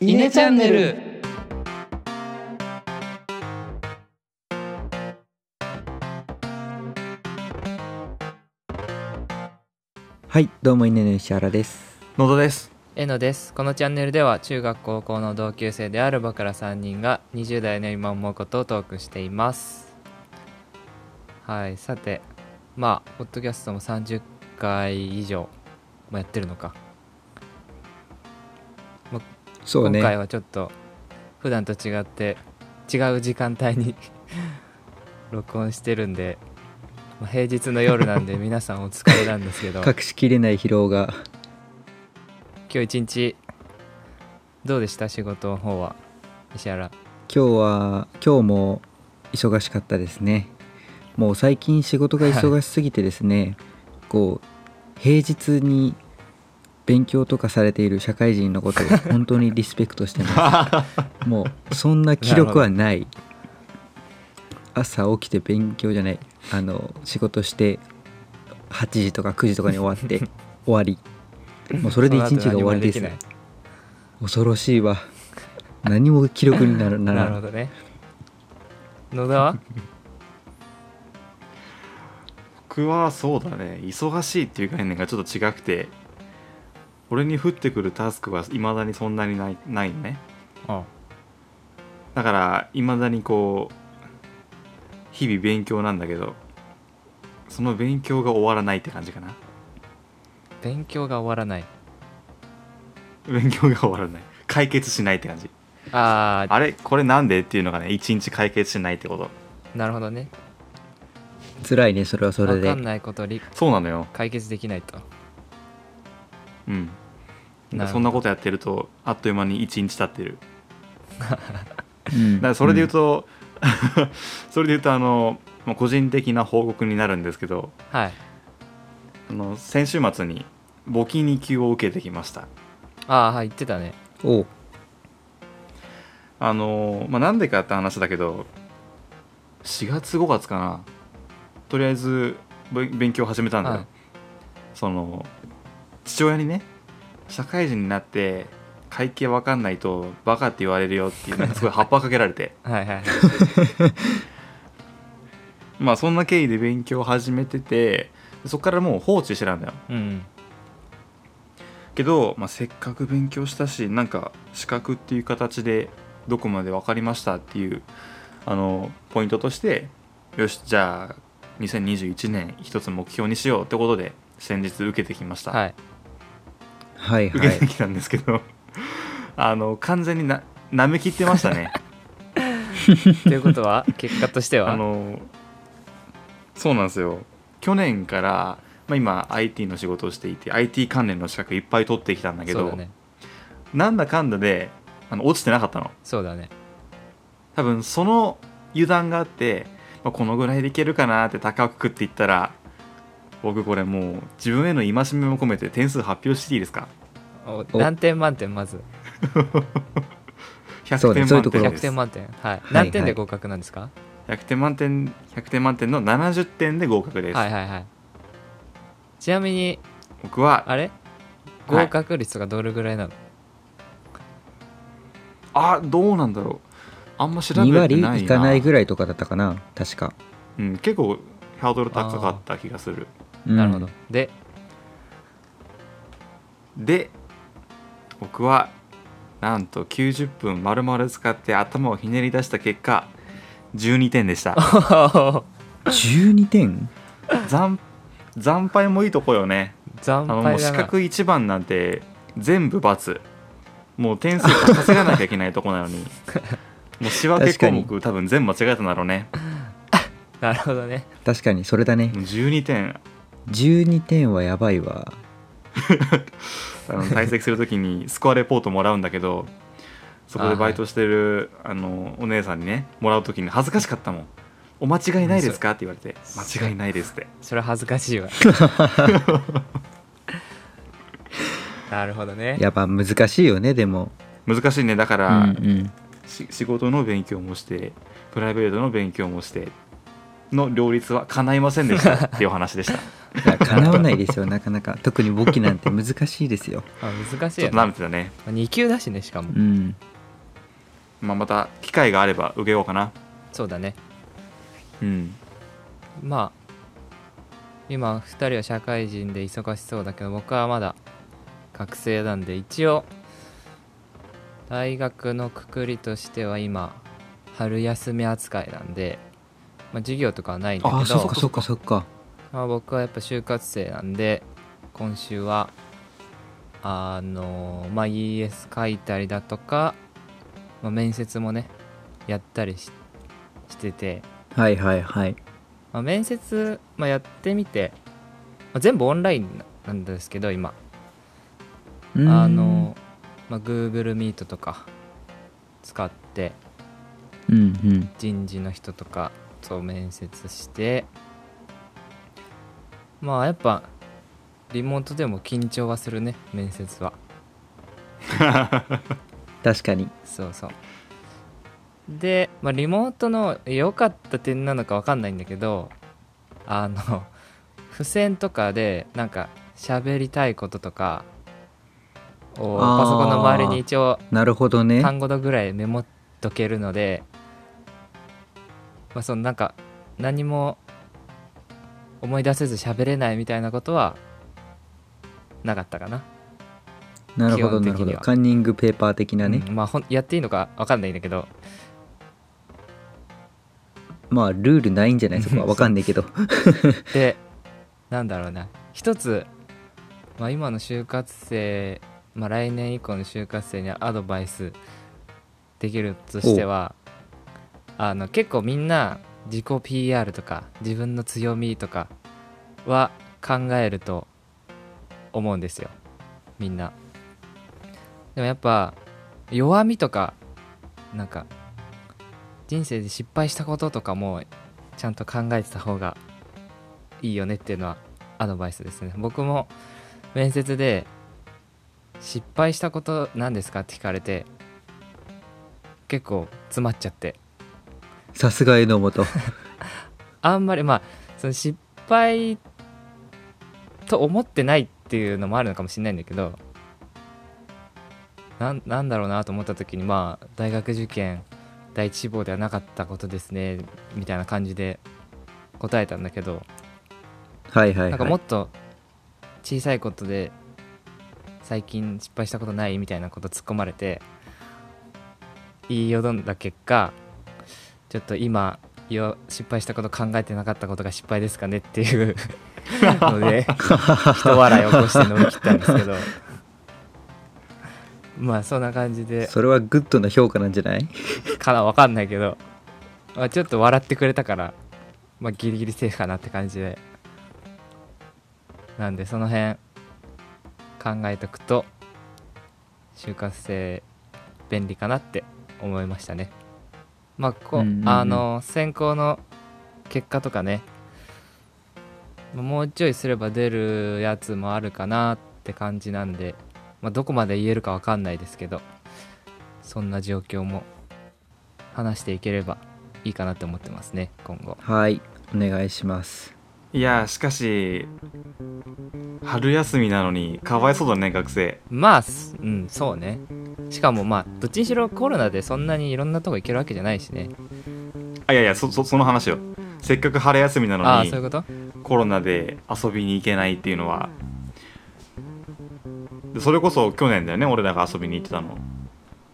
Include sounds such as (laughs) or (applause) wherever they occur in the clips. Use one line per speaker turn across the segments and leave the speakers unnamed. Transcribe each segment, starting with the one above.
イネチャンネル
はいどうもイネの石原です
のどです
えのですこのチャンネルでは中学高校の同級生である僕ら3人が20代の今思うことをトークしていますはいさてまあポッドキャストも30回以上もやってるのか、
そう
今回
ね
はちょっと普段と違って違う時間帯に (laughs) 録音してるんで、まあ、平日の夜なんで皆さんお疲れなんですけ (laughs) ど今
隠しきれない疲労が
日一日どうでした仕事の方は石原
今日は今日も忙しかったですねもう最近仕事が忙しすぎてですね、こう平日に勉強とかされている社会人のことを本当にリスペクトして (laughs) ますもうそんな気力はない朝起きて勉強じゃないあの仕事して8時とか9時とかに終わって終わりもうそ
そ
れで一日が終わりです
の後何もき
ね恐ろしいわ何も記録になるな
ない
ら
なるほどね野田は
僕はそうだね忙しいっていう概念がちょっと違くて俺に降ってくるタスクはいまだにそんなにないないのね
あ
だからいまだにこう日々勉強なんだけどその勉強が終わらないって感じかな
勉強が終わらない
勉強が終わらない解決しないって感じ
ああ
あれこれなんでっていうのがね一日解決しないってこと
なるほどね
辛いねそれはそれ
分
で
かんないことを理
そうなのよ
解決できないと
うん
なるほど
そんなことやってるとあっという間に一日経ってる
うん
だからそれで言うと、 (laughs) それで言うとあの、まあ個人的な報告になるんですけど
はい
あの先週末に募金2級を受けてきました
ああはい言ってたね
うんおう
あのまあなんでかって話だけど4月5月かなとりあえずべ勉強を始めたんだよ、
はい
その父親にね社会人になって会計わかんないとバカって言われるよっていうなんかすごい葉っぱかけら
(laughs)
れて
はいはい
まあそんな経緯で勉強を始めててそこからもう放置してたんだよ
うん
けど、まあ、せっかく勉強したしなんか資格っていう形でどこまで分かりましたっていうあのポイントとしてよしじゃあ2021年一つ目標にしようってことで先日受けてきました、
はい
はいは
受けて
い
きたんですけど、あの完全にな舐めきってました
(laughs)
ね
ということは結果としては
あのそうなんですよ去年から、まあ、今 IT の仕事をしていて IT 関連の資格いっぱい取ってきたんだけ
そう
ど
だね
なんだかんだであの落ちてなかったの
そうだね
多分その油断があって、まあ、このぐらいでいけるかなって高くくって言ったら僕これもう自分への戒めも込めて点数発表していいですか
お
お
何点満点まず
そう
100
ね
点
そういう
満
とこ
点
ろ
100
です
点満点はい
い
何点で合格なんですか
100点満点100点満点の70点で合格です、
はいはいはいちなみに
僕は
あれ
はい
合格率がどれぐらいなの
あどうなんだろうあんま調べて
2
ない
割
ない
かないぐらいとかだったかな確か、
うん、結構ハードル高かった気がする
うん
なるほどで
で僕はなんと90分丸々使って頭をひねり出した結果12点でした
12点
惨惨敗もいいとこよね
惨
あのも
敗
う
だ
四
な
角一番なんて全部×もう点数稼がなきゃいけないとこな
(laughs)
のにもう仕分け項目多分全部間違えたんだろうね
なるほどね
確かにそれだね
もう12点
12点はやばいわ
あの退席するときにスコアレポートもらうんだけどそこでバイトしてるあ、のお姉さんにねもらうときに恥ずかしかったもん「お間違いないですか?」って言われて「
そ
間違いないです」って
それは恥ずかしいわ (laughs) なるほどね
やっぱ難しいよねでも
難しいねだか
う
ら、
ん
し仕事の勉強もしてプライベートの勉強もしての両立は叶いませ
(laughs)
んでしたっていうお話でした
いや叶わないですよなかなか特に簿記なんて難しいですよ
あ難しい
ちょ
よ
っと舐
ね
めてたね、
2級だしねしかも
うん
まあ、また機会があれば受けようかな
そうだね
うん
まあ今2人は社会人で忙しそうだけど僕はまだ学生なんで一応大学のくくりとしては今春休み扱いなんで、まあ、授業とかはないんだけど
あそっかそっかそっか
まあ、僕はやっぱ就活生なんで今週はあのまあ ES 書いたりだとか、まあ、面接もねやったりししてて、
はいはいはい
まあ、面接、まあ、やってみて、まあ、全部オンラインなんですけど今
うーん
あの、まあ、Google Meet とか使って
うんうん
人事の人とかと面接してまあやっぱリモートでも緊張はするね面接は
確かに
そうそうで、まあ、リモートの良かった点なのか分かんないんだけどあの (laughs) 付箋とかでなんか喋りたいこととかを
あー
パソコンの周りに一応
なるほどね
単語度ぐらいメモっとけるので、まあ、そのなんか何も思い出せず喋れないみたいなことはなかったかな。
なるほど
基本
なる
的
ほ
には
どカンニングペーパー的なね、
うんまあほんやっていいのかわかんないんだけど
まあルールないんじゃないそこはわかんないけど
でなんだろうな一つ、まあ、今の就活生、まあ、来年以降の就活生にアドバイスできるとしてはあの結構みんな自己 PR とか自分の強みとかは考えると思うんですよみんなでもやっぱ弱みとかなんか人生で失敗したこととかもちゃんと考えてた方がいいよねっていうのはアドバイスですね僕も面接で失敗したこと何ですかって聞かれて結構詰まっちゃって
(laughs) さすが榎本
あんまりまあその失敗と思ってないっていうのもあるのかもしれないんだけどなんなんだろうなと思った時にまあ大学受験第一志望ではなかったことですねみたいな感じで答えたんだけど
はいはい
なん
は
かもっ
い
と小さいことで最近失敗したことないみたいなこと突っ込まれて言いよどんだ結果ちょっと今よ失敗したこと考えてなかったことが失敗ですかねっていう
(laughs)
ので人笑いを起こして乗り切ったんですけどまあそんな感じで
それはグッドな評価なんじゃない
かなわかんないけど、まあ、ちょっと笑ってくれたから、まあ、ギリギリセーフかなって感じでなんでその辺考えとくと就活生便利かなって思いましたねまあこ、
うんうんうん
あの選考の結果とかねまあもうちょいすれば出るやつもあるかなって感じなんで、まあ、どこまで言えるかわかんないですけどそんな状況も話していければいいかなと思ってますね今後
はいお願いします
いやーしかし春休みなのにかわいそうだね学生
まあすうんそうねしかもまあどっちにしろコロナでそんなにいろんなとこ行けるわけじゃないしね
あいやいやそそその話よせっかく春休みな
あ
の
あそういうこ
に
と
コロナで遊びに行けないっていうのはそれこそ去年だよね俺らが遊びに行ってたの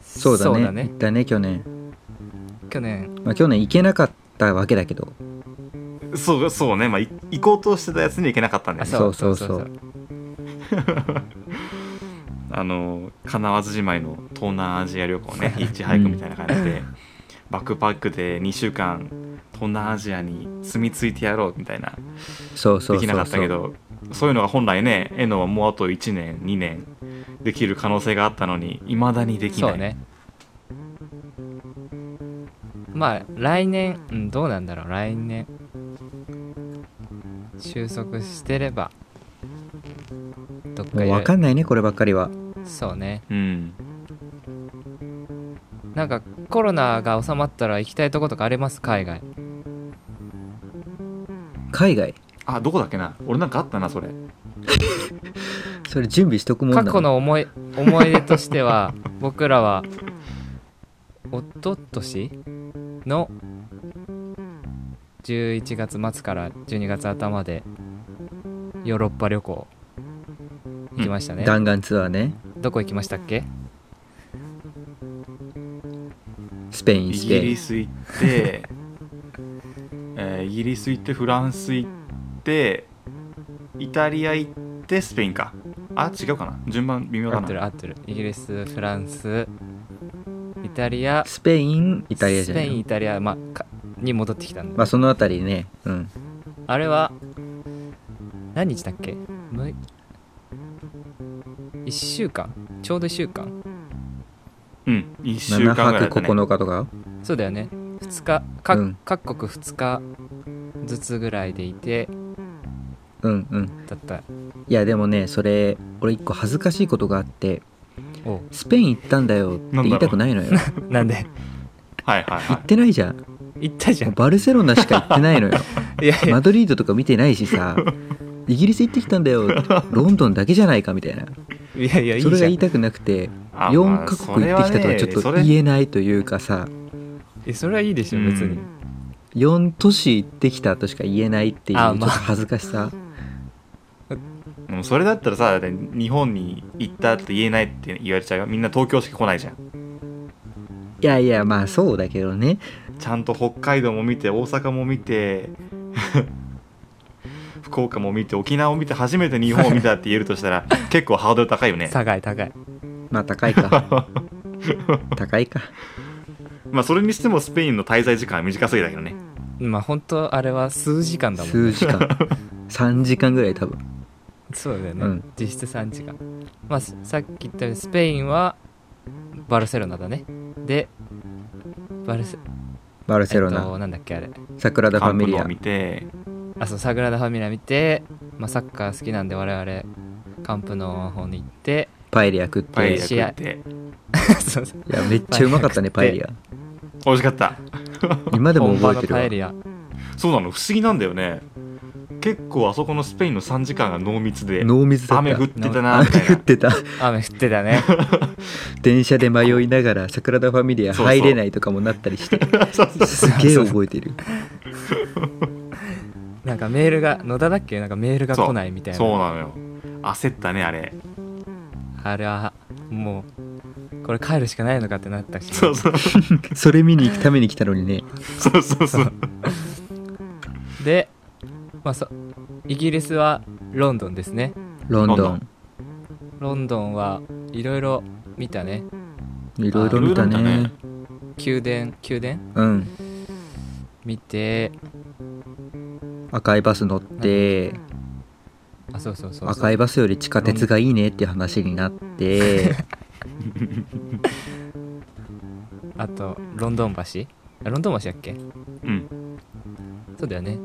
そうだね
そうだ
行ったね去年、
去年
まあ、去年行けなかったわけだけど
そうそうねまあい行こうとしてたやつに行けなかったんだ
あ
よ
そ
ね
うそうそうそ
そう
う
あの金わずじまいの東南アジア旅行ねヒッチハイクみたいな感じで、バックパックで2週間東南アジアに住み着いてやろうみたいな
そうそうそうそう
できなかったけどそういうのが本来ねえのはもうあと1年2年できる可能性があったのにいまだにできない
そうねまあ来年、うん、どうなんだろう来年収束してればどっか
もう
い
分かんないねこればっかりは
そうね
うん
なんかコロナが収まったら行きたいとことかあります海外
海外
あどこだっけな俺なんかあったなそれ
それ準備しとくもんな
過去の思い思い出として
(laughs)
は僕らはおととしの11月末から12月頭でヨーロッパ旅行行きましたね、
弾丸ツアーね
どこ行きましたっけ
スペイ
イ
ンス
ギ
ペイ
リ
ン
ス行って、えーイギリス行ってフランス行ってイタリア行ってスペインかあ違うかな順番微妙
合
か
ってる
な
合ってるイギリスフランスイタリア
スペインイタリアじゃな
スペインイ
い
タリア、まあ、かに戻ってきたんだ
まあそのあたりねうん
あれは何日だっけむい ?1 週間ちょうど1週間
うん1週
7
間ぐらいだっ
泊
た、ね、
9日とか
そうだよね2日か、
うん
各国2日ずつぐらいでいて
うんうん
だった
いやでもねそれ俺一個恥ずかしいことがあって
おう
スペイン行ったんだよって言いたくないのよ行
なんで (laughs)
はいはいは
っ
い
てないじゃん
行ったじゃ
もうんバルセロナしか行ってないのよ
いやいや
マドリードとか見てないしさイギリス行ってきたんだよロンドンだけじゃないかみたいない
やいやいいじ
そ
ゃん
れが言いたくなくて
あ
4カ国行ってきたとはちょっと
まあそれはね
言えないというかさ
えそれはいいでしょ別に、
うん
4都市行ってきたとしか言えないっていうちょ
あ
っ
ま
と
あ
恥ずかしさ
でもそれだったらさだって日本に行ったって言えないって言われちゃうよみんな東京しか来ないじゃん
いやいやまあそうだけどね
ちゃんと北海道も見て大阪も見て (laughs) 福岡も見て沖縄も見て初めて日本を見たって言える
(laughs)
としたら結構ハードル高いよね
高い高い
まあ高いか高いか
まあそれにしてもスペインの滞在時間は短すぎだけどね
まあ本当あれは数時間だもん
数時間3時間ぐらい多分
そうだよね、
うん
実質3時間まあすさっき言ったようにスペインはバルセロナだねでバルセ
バルセロ
えっ
ナ
と、なんだっけあれ
サグラダ・フ
カ
ァ
ン
ミ
プ
リ
ノを
ア
見て
あそうサグラダ・ファミリア見て、まあ、サッカー好きなんで我々カンプの方に行って (laughs)
パエリア食って
パエリア
い
食って
そうそう
やめっちゃうまかった
(laughs)
ねパ
パエ
エ
リ
リ
ア
ア
美味しかった
今でも
本場
覚え
の
てる
パ
わ
エリア
そうなの不思議なんだよね結構あそこのスペインの3時間が濃密で
濃密だった
雨降ってたなみたい
(laughs) 雨降っ
な
てた
雨降ってたね
電車で迷いながら桜田ファミリア
そうそう
入れないとかもなったりして
(laughs) そうそう
すげえ覚えてる
なんかメールが野田だっけなんかメールが来ないみたいな
そうなのよ焦ったねあれ
あれはもうこれ帰るしかないのかってなったし
そうそう
それ見に行くために来たのにね
そうそ
(laughs)
うそう
で、まあ、そイギリスはロンドンですね
ロンド
ロ
ン
ン
ロンドンはいろいろ見たね
いろいろ見た
あいろいろ見
ね
宮殿宮殿
うん
見て
赤いバス乗って
あそうそうそうそう
赤いバスより地下鉄がいいねっていう話になって
(laughs)
あとロンドン橋あロンドン橋だっけ
うん
そうだよね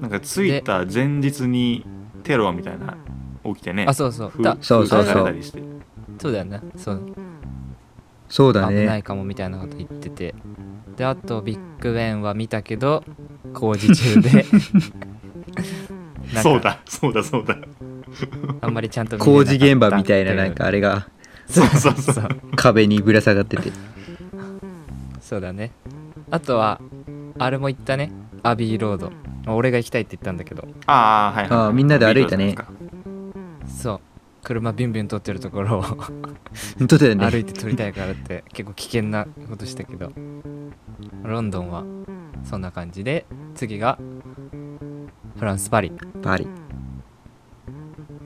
なんか着いた前日にテロみたいな起きてね
あそうそう
ふ
だ
そうそうそう
封鎖されたりして
そうだよねそう
そうだ
危ない
ね
かもみたいなこと言っててであとビッグベンは見たけど工事中でなんか
そうだそうだそうだ
あんまりちゃんと見れなか
工
った
事現場みたいななんかあれが
そう
そ
そうう
そう
そう
壁にぶら下がってて
そうだねあとはあれも行ったねアビーロードまあ俺が行きたいって言ったんだけど
(laughs) ああはいはい
あーみんなで歩いたね
そう車ビュンビュン通ってるところを
本当だよ
歩
ね
いて撮りたいからって (laughs) 結構危険なことしたけどロンドンはそんな感じで次がフランス・パリ
パリ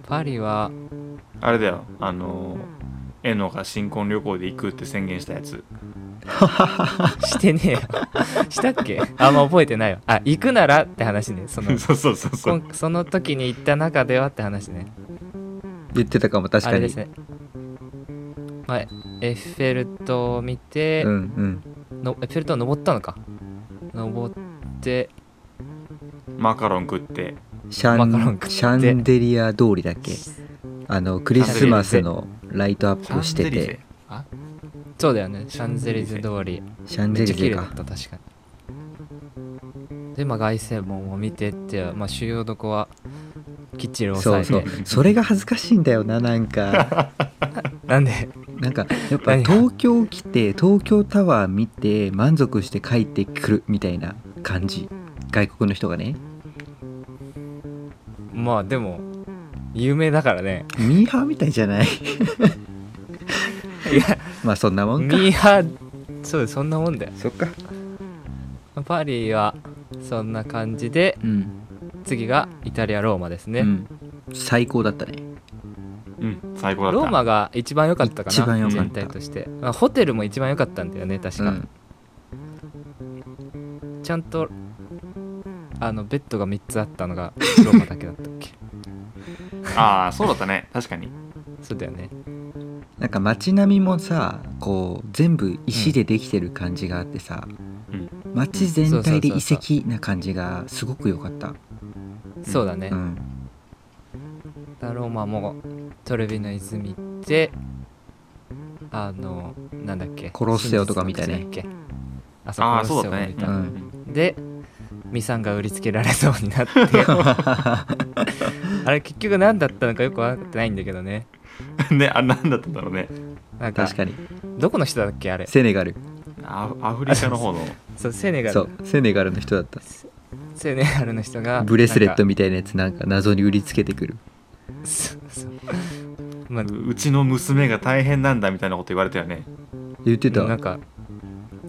パリは (laughs)
あれだよあのーエノが新婚旅行で行くって宣言したやつ
してねえよ (laughs) したっけあんま覚えてないよあ行くならって話ね
(laughs)
その
(laughs) そうそうそうそ
こ
うん
その時に行った中ではって話ね
言ってたかも確
あ
か
れで
に
すねまあエッフェル塔を見て、
うんうん
のエッフェル塔登ったのか登って
マカロン食って
シャ
マカロン
ン
食って
シャンデリア通りだっけあのクリスマスのライトアップをして
シャンデリ
て
ゼあ
そうだよねシャンゼリゼ通り
シャン
め
デ
っち
リ
ゃ綺
ゼ
麗だ
か
った確かにで、まあ、凱旋門を見てって、まあ、主要どこはきっちり
そ
押
う
さ
そ
え
う
て
それが恥ずかしいんだよなな
(laughs)
んか
なんで
なんかやっぱ
何が
東京来て東京タワー見て満足して帰ってくるみたいな感じ外国の人がね
まあでも有名だからね
ミーハーみたいじゃな
い
い
や
(laughs) まあそんなもんか
ミーハーそうそんなもんだよ
そっか
パリはそんな感じで
うん、
次がイタリアローマですね、
うん、最高だったね
うん最高だった
ローマが一番良かったかな
一番良かった
全体として、まあホテルも一番良かったんだよね確
う
か、
ん
ちゃんとあのベッドが3つあったのがローマだけだったっけ
(laughs)
ああそうだったね確かに
そうだよね
なんか街並みもさこう全部石でできてる感じがあってさ、
うん
街全体で遺
そうそう
跡な感じがすごく良かった
そうだね、
うん
だローマもトレビの泉行ってあのなんだっけ
コロッセオとか見たね
真実の街だっけあそう
ああ
コロ
そ
ッセ
うだ
オ
った
も
ね
見た、
うん
でミサンが売りつけられそうになって
(laughs)
あれ結局何だったのかよく分かってないんだけどね
うん (laughs) ねあなんだったんだろうね
なんか
確かに
どこの人だっけあれ
セネガル
アアフリカの方の
そうセネガル
そうセネガルの人だった
セネガルの人が
ブレスレット
なんか
みたいなやつなんか謎に売りつけてくる
そうそうまあ
ううちの娘が大変なんだみたいなこと言われたよね
言ってた
なんか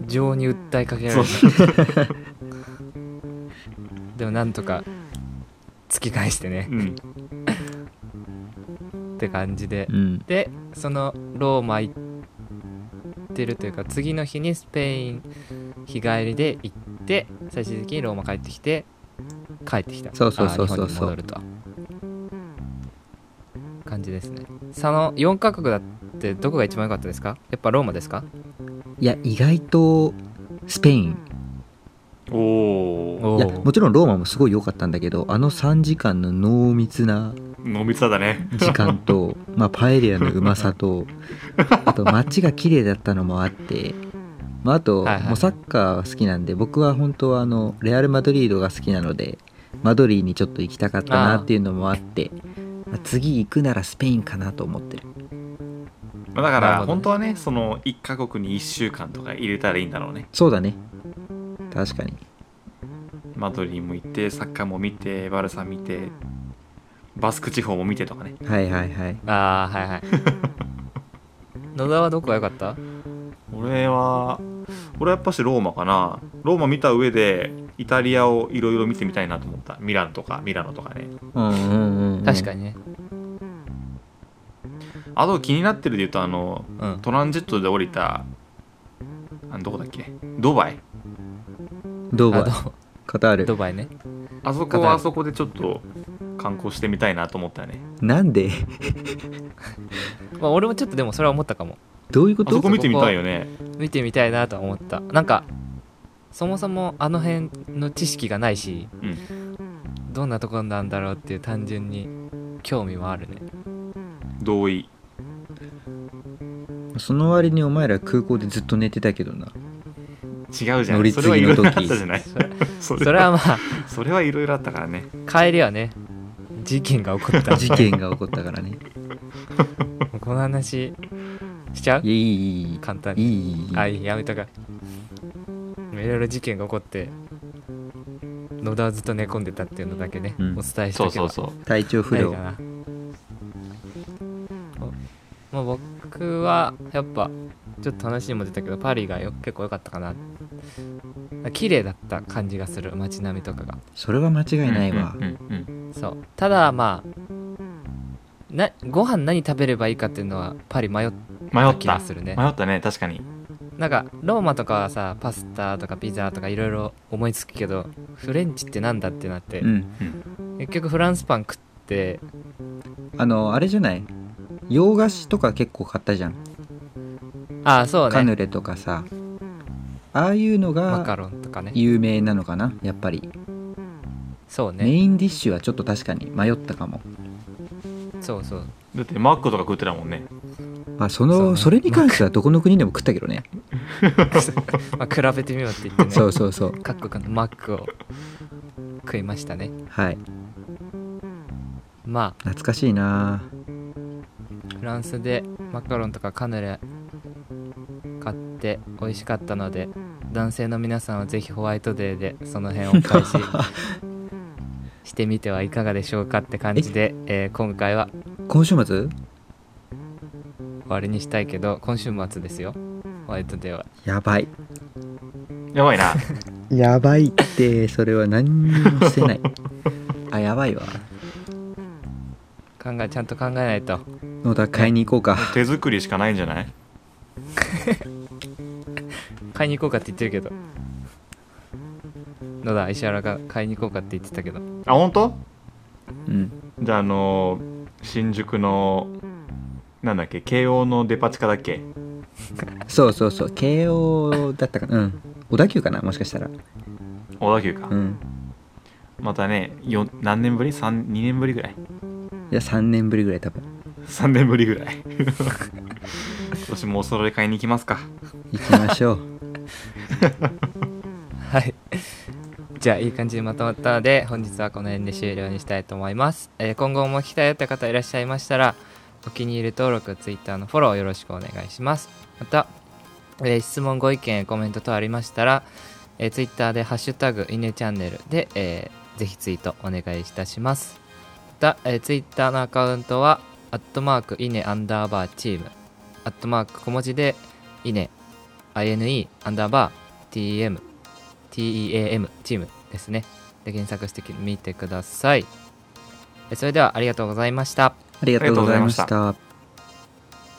情に訴えかけら
そ
れ
う
るでもなんとか突き返してね
うん
って感じで
うん
でそのローマ行ってるというか次の日にスペイン日帰りで行って最終的にローマ帰ってきて帰ってきた
そうそうそうそう
あー日本に戻ると感じですねその4カ国だってどこが一番良かったですかやっぱローマですか
いや意外とスペイン
おお
お
いや
ー
もちろんローマもすごい良かったんだけどあの3時間の濃密な
濃密さだね
時間と、まあ、パエリアのうまさとあと街が綺麗だったのもあって、まあ、あと、
はいはい
もうサッカーは好きなんで僕は本当はあのレアル・マドリードが好きなのでマドリーにちょっと行きたかったなっていうのもあってまあ次行くならスペインかなと思ってる
まあだ
なる
から
ほどね
本当はねその1カ国に1週間とか入れたらいいんだろうね
そうだね確かに
マドリーも行ってサッカーも見てバルサ見てバスク地方も見てとかね
はいはいはい
ああはいはい野田はどこが良かった
俺は俺はやっぱしローマかなローマ見た上でイタリアをいろいろ見てみたいなと思ったミラノとかミラノとかね
うんうんうん、うん、
確か
に
にね
あと気になってるで言うとあの
うん
トランジットで降りたあのどこだっけドバイ
ドバイ
あ
カター
ド
ル
ドバイね
あそ
カタ
こ
ール
はあそこでちょっと観光してみたいなと思ったよね
なんで
まあ俺もちょっとでもそれは思ったかも
どういうこ
あそ
と
こ見てみたいよね
見てみたいなとは思ったなんかそもそもあの辺の知識がないし、どんなとこなんだろうっていう単純に興味はあるね
同意
その割にお前ら空港でずっと寝てたけどな
違うじゃ
乗
ん
り
そ
継
れはい
ぎ
ろ
の時
いろあったじゃない
それ
そ
それはまあ
それはいろいろあったからね
帰りはね事件が起こった (laughs)
事件が起こったからね
この話しちゃう
いやいいいいいい
簡単
い
に
いいい
あいいやめとかいろいろ事件が起こって野田はずっと寝込んでたっていうのだけね、
うん
お伝えしておけば
そう
体調不
ない
良
かなおまあ僕はやっぱちょっと話にも出たけどパリがよ結構良かったかな綺麗だった感じがする街並みとかが
それは間違いないわ
うんうんうん
そうただまあなご飯何食べればいいかっていうのはパリ迷っ
迷
た
っ
気が
た
するね
迷ったね確かに
なんかローマとかはさパスタとかピザとかいろいろ思いつくけどフレンチってなんだってなって、
うん
結局フランスパン食って
あのあれじゃない洋菓子とか結構買ったじゃん、
ああそう
カ
ね
ヌレとかさああいうの
マカ
が
ロンとかね
有名なのかなやっぱり
そうね
メインディッシュはちょっと確かに迷ったかも
そうそう
だってマックとか食ってたもんね
あそ
そう
のそ,、
ね
れに関してはどこの国でも食ったけどね
(laughs) まあ、比べてみようって言ってね
そうそうそう
各国のマックを食いましたね
はい
ま
懐かしいな
あフランスでマカロンとかカヌレ買って美味しかったので男性の皆さんはぜひホワイトデーでその辺を開
(laughs)
始してみてはいかがでしょうかって感じで、えー今回は
今週末
終わりにしたいけど今週末ですよホワイトデーは
やばい
やばい (laughs) な
やばいって (laughs) それは何にもして
(laughs)
ないあやばいわ
考えちゃんと考えないと
野田買いに行こうか
手作りしかないんじゃない
買いに行こうかって言ってるけど野田石原が買いに行こうかって言ってたけど
あ本当
うん
じゃああの新宿のなんだっけ慶応のデパ地下だっけ
そうそうそう慶応だったかなうん小田急かなもしかしたら
小田急か、
うん
またねよ何年ぶり三2年ぶりぐらい
いや3年ぶりぐらい多分
3年ぶりぐらい (laughs) 今年もお揃い買いに行きますか
行きましょう
はいじゃあいい感じにまとまったので本日はこの辺で終了にしたいと思います、えー今後も聞きたいよって方いらっしゃいましたらお気に入り登録 Twitter のフォローよろしくお願いしますまた、えー質問ご意見コメント等ありましたら、えー、Twitter で「ハッシュタグ犬チャンネルで」えーぜひツイートお願いいたしますまた、えー、Twitter のアカウントはアットマークイネアンダーバーチームアットマーク小文字でイネ INE アンダーバー TM TEAM チームですねで検索してみてくださいえそれではありがとうございました
ありがとうございまし
ありがと
た